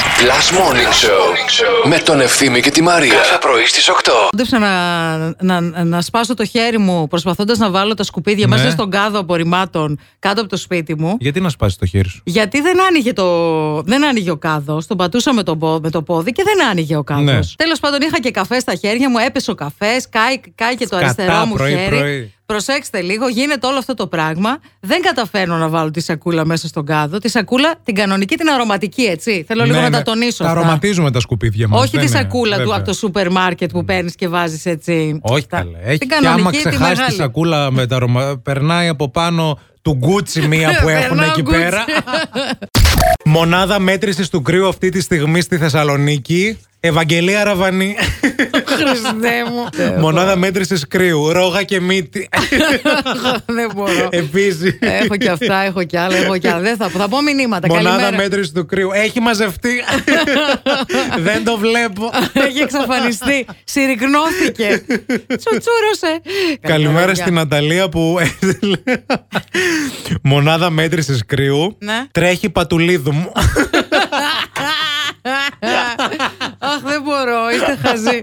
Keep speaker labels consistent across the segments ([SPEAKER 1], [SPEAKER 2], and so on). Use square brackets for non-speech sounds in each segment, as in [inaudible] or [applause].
[SPEAKER 1] Last Morning Show με τον Ευθύμη και τη Μαρία. Κάθε πρωί στις 8.
[SPEAKER 2] Κόντεψα να, να, να, να σπάσω το χέρι μου προσπαθώντας να βάλω τα σκουπίδια
[SPEAKER 3] Ναι.
[SPEAKER 2] μέσα στον κάδο απορριμμάτων κάτω από το σπίτι μου.
[SPEAKER 3] Γιατί να σπάσεις το χέρι σου.
[SPEAKER 2] Γιατί δεν άνοιγε, το, δεν άνοιγε ο κάδος. Τον πατούσα με το, πο- με το πόδι και δεν άνοιγε ο κάδος.
[SPEAKER 3] Ναι.
[SPEAKER 2] Τέλος πάντων, είχα και καφέ στα χέρια μου, έπεσε ο καφές, κάει, κάει και το
[SPEAKER 3] Σκατά
[SPEAKER 2] αριστερό μου
[SPEAKER 3] πρωί,
[SPEAKER 2] χέρι.
[SPEAKER 3] πρωί.
[SPEAKER 2] Προσέξτε λίγο, γίνεται όλο αυτό το πράγμα. Δεν καταφέρνω να βάλω τη σακούλα μέσα στον κάδο. Τη σακούλα, την κανονική, την αρωματική, έτσι. Θέλω λίγο
[SPEAKER 3] Ναι,
[SPEAKER 2] να
[SPEAKER 3] ναι.
[SPEAKER 2] τα τονίσω.
[SPEAKER 3] Τα
[SPEAKER 2] αυτά.
[SPEAKER 3] αρωματίζουμε τα σκουπίδια μας.
[SPEAKER 2] Όχι τη σακούλα του από το σούπερ μάρκετ που παίρνεις και βάζεις έτσι.
[SPEAKER 3] Όχι,
[SPEAKER 2] τα-
[SPEAKER 3] καλέ. Έχει
[SPEAKER 2] την
[SPEAKER 3] και άμα
[SPEAKER 2] κανονική, τη
[SPEAKER 3] ξεχάσεις τη,
[SPEAKER 2] μεγάλη.
[SPEAKER 3] σακούλα με τα αρωμα... περνάει από πάνω του γκούτσι
[SPEAKER 2] [laughs]
[SPEAKER 3] μία που έχουν
[SPEAKER 2] Περνάω
[SPEAKER 3] εκεί
[SPEAKER 2] Gucci.
[SPEAKER 3] πέρα. Μονάδα μέτρησης του κρύου αυτή τη στιγμή στη Θεσσαλονίκη. Ευαγγελία Ραβανή.
[SPEAKER 2] [laughs] Χριστέ
[SPEAKER 3] [laughs]
[SPEAKER 2] μου.
[SPEAKER 3] Μονάδα μέτρηση κρύου. Ρόγα και μύτη.
[SPEAKER 2] [laughs] Δεν μπορώ.
[SPEAKER 3] Επίσης.
[SPEAKER 2] Έχω και αυτά, έχω και άλλα, έχω και άλλα. Δεν θα, πω. θα πω μηνύματα.
[SPEAKER 3] Μονάδα
[SPEAKER 2] Καλημέρα.
[SPEAKER 3] μέτρηση του κρύου. Έχει μαζευτεί. Δεν το βλέπω.
[SPEAKER 2] [laughs] Έχει εξαφανιστεί.
[SPEAKER 3] [laughs]
[SPEAKER 2] Συρρυκνώθηκε. Τσουτσούρωσε.
[SPEAKER 3] Καλημέρα
[SPEAKER 2] παιδιά.
[SPEAKER 3] στην Αταλία που έστειλε μονάδα μέτρησης κρύου.
[SPEAKER 2] Ναι.
[SPEAKER 3] Τρέχει πατουλίδου
[SPEAKER 2] [laughs]
[SPEAKER 3] μου.
[SPEAKER 2] Αχ, δεν μπορώ, είστε χαζοί.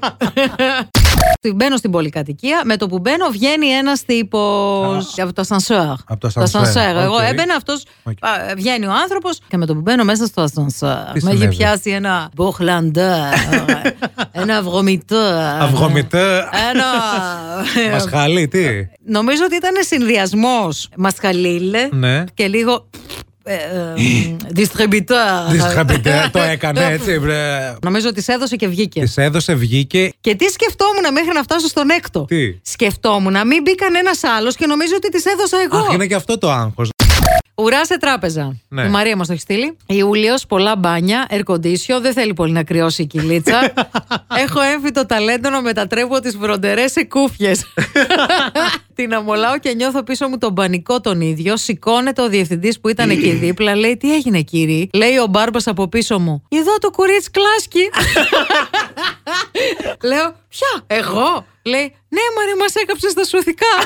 [SPEAKER 2] Μπαίνω στην πολυκατοικία. Με το που μπαίνω, βγαίνει ένας τύπος. Από το ασανσέρ.
[SPEAKER 3] Από το ασανσέρ, οκ.
[SPEAKER 2] Εγώ έμπαινα, αυτός
[SPEAKER 3] Οκ.
[SPEAKER 2] βγαίνει ο άνθρωπος. Και με το που μπαίνω μέσα στο ασανσέρ.
[SPEAKER 3] Τι
[SPEAKER 2] Με έχει
[SPEAKER 3] συνέβη?
[SPEAKER 2] πιάσει ένα
[SPEAKER 3] [laughs]
[SPEAKER 2] μποχλαντέρ. ένα αυγομητέρ.
[SPEAKER 3] Αυγομητέ.
[SPEAKER 2] Ένα.
[SPEAKER 3] Ασχαλή, τι.
[SPEAKER 2] Νομίζω ότι ήταν συνδυασμό μασχαλίλε
[SPEAKER 3] Ναι.
[SPEAKER 2] και λίγο. ε, ε, distributeur.
[SPEAKER 3] Δυσχαπητέ,
[SPEAKER 2] [laughs]
[SPEAKER 3] το έκανε έτσι. βρε.
[SPEAKER 2] Νομίζω ότι σε έδωσε και βγήκε.
[SPEAKER 3] Της έδωσε, βγήκε.
[SPEAKER 2] Και τι σκεφτόμουν μέχρι να φτάσω στον έκτο.
[SPEAKER 3] Τι?
[SPEAKER 2] Σκεφτόμουν να μην μπει κανένας άλλος και νομίζω ότι της έδωσα εγώ.
[SPEAKER 3] Αχ, είναι και αυτό το άγχος.
[SPEAKER 2] Ουρά σε τράπεζα.
[SPEAKER 3] Ναι.
[SPEAKER 2] Η Μαρία μας το έχει στείλει. Ιούλιος, πολλά μπάνια, air condition, δεν θέλει πολύ να κρυώσει η κυλίτσα. Έχω έμφυτο ταλέντο να μετατρέπω τις βροντερές σε κούφιες. Την αμολάω και νιώθω πίσω μου τον πανικό τον ίδιο. Σηκώνεται ο διευθυντής που ήταν εκεί δίπλα. Λέει: Τι έγινε, κύριε. Λέει ο μπάρμπας από πίσω μου. Εδώ το κουρίτσι κλάσκι. Λέω: Ποια, εγώ. Λέει: Ναι, Μαρία, μας έκαψες τα σουθικά. [laughs]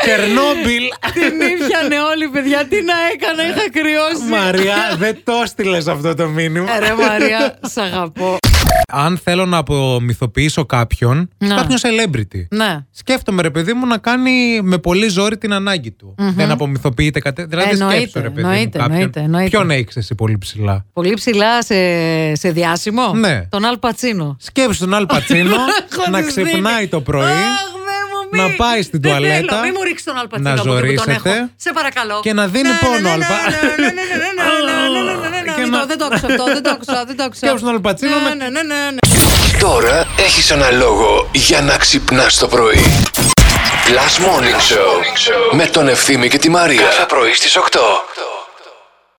[SPEAKER 3] Τσερνόμπιλ.
[SPEAKER 2] Την ήπιανε όλοι, παιδιά. Τι να έκανα, είχα κρυώσει.
[SPEAKER 3] Μαριά, δεν το στείλες αυτό το μήνυμα.
[SPEAKER 2] Ε, Ρε Μαρία, σ' αγαπώ.
[SPEAKER 3] Αν θέλω να απομυθοποιήσω κάποιον,
[SPEAKER 2] Ναι.
[SPEAKER 3] κάποιον celebrity.
[SPEAKER 2] Ναι.
[SPEAKER 3] Σκέφτομαι ρε παιδί μου να κάνει με πολύ ζόρι την ανάγκη του. Δεν απομυθοποιείται κάτι. Δηλαδή
[SPEAKER 2] Εννοείται,
[SPEAKER 3] σκέψου ρε παιδί
[SPEAKER 2] εννοείται,
[SPEAKER 3] μου κάποιον.
[SPEAKER 2] εννοείται, εννοείται.
[SPEAKER 3] Ποιον έχεις εσύ πολύ ψηλά.
[SPEAKER 2] Πολύ ψηλά σε, σε διάσημο.
[SPEAKER 3] Ναι.
[SPEAKER 2] Τον Αλ Πατσίνο.
[SPEAKER 3] Σκέψου τον Αλ
[SPEAKER 2] [laughs]
[SPEAKER 3] Πατσίνο να
[SPEAKER 2] Χωρίς
[SPEAKER 3] ξυπνάει
[SPEAKER 2] δίνει.
[SPEAKER 3] το πρωί.
[SPEAKER 2] Αχ, δεν μου μη.
[SPEAKER 3] να πάει στην
[SPEAKER 2] Δεν
[SPEAKER 3] τουαλέτα,
[SPEAKER 2] θέλω, Μη μου ρίξεις τον Αλ Πατσίνο
[SPEAKER 3] να
[SPEAKER 2] από εκεί που τον
[SPEAKER 3] ζορίσετε
[SPEAKER 2] έχω. Σε παρακαλώ.
[SPEAKER 3] και να δίνει
[SPEAKER 2] Ναι, ναι,
[SPEAKER 3] πόνο,
[SPEAKER 2] ναι,
[SPEAKER 3] Αλ
[SPEAKER 2] ναι,
[SPEAKER 3] Πα-
[SPEAKER 2] ναι, ναι, ναι, ναι, ναι, ναι, ναι, ναι, ναι, ναι, ναι,
[SPEAKER 3] Και
[SPEAKER 2] ναι,
[SPEAKER 3] να-
[SPEAKER 2] το- Δεν το άκουσα αυτό, δεν το άκουσα. Δεν το άκουσα.
[SPEAKER 3] Σκέψου τον Αλ Πατσίνο
[SPEAKER 2] Ναι,
[SPEAKER 3] να-
[SPEAKER 2] ναι, ναι, ναι, ναι.
[SPEAKER 1] Τώρα έχεις ένα λόγο για να ξυπνάς το πρωί. Last Morning Show με τον Ευθύμη και τη Μαρία. Κάθε πρωί στις 8.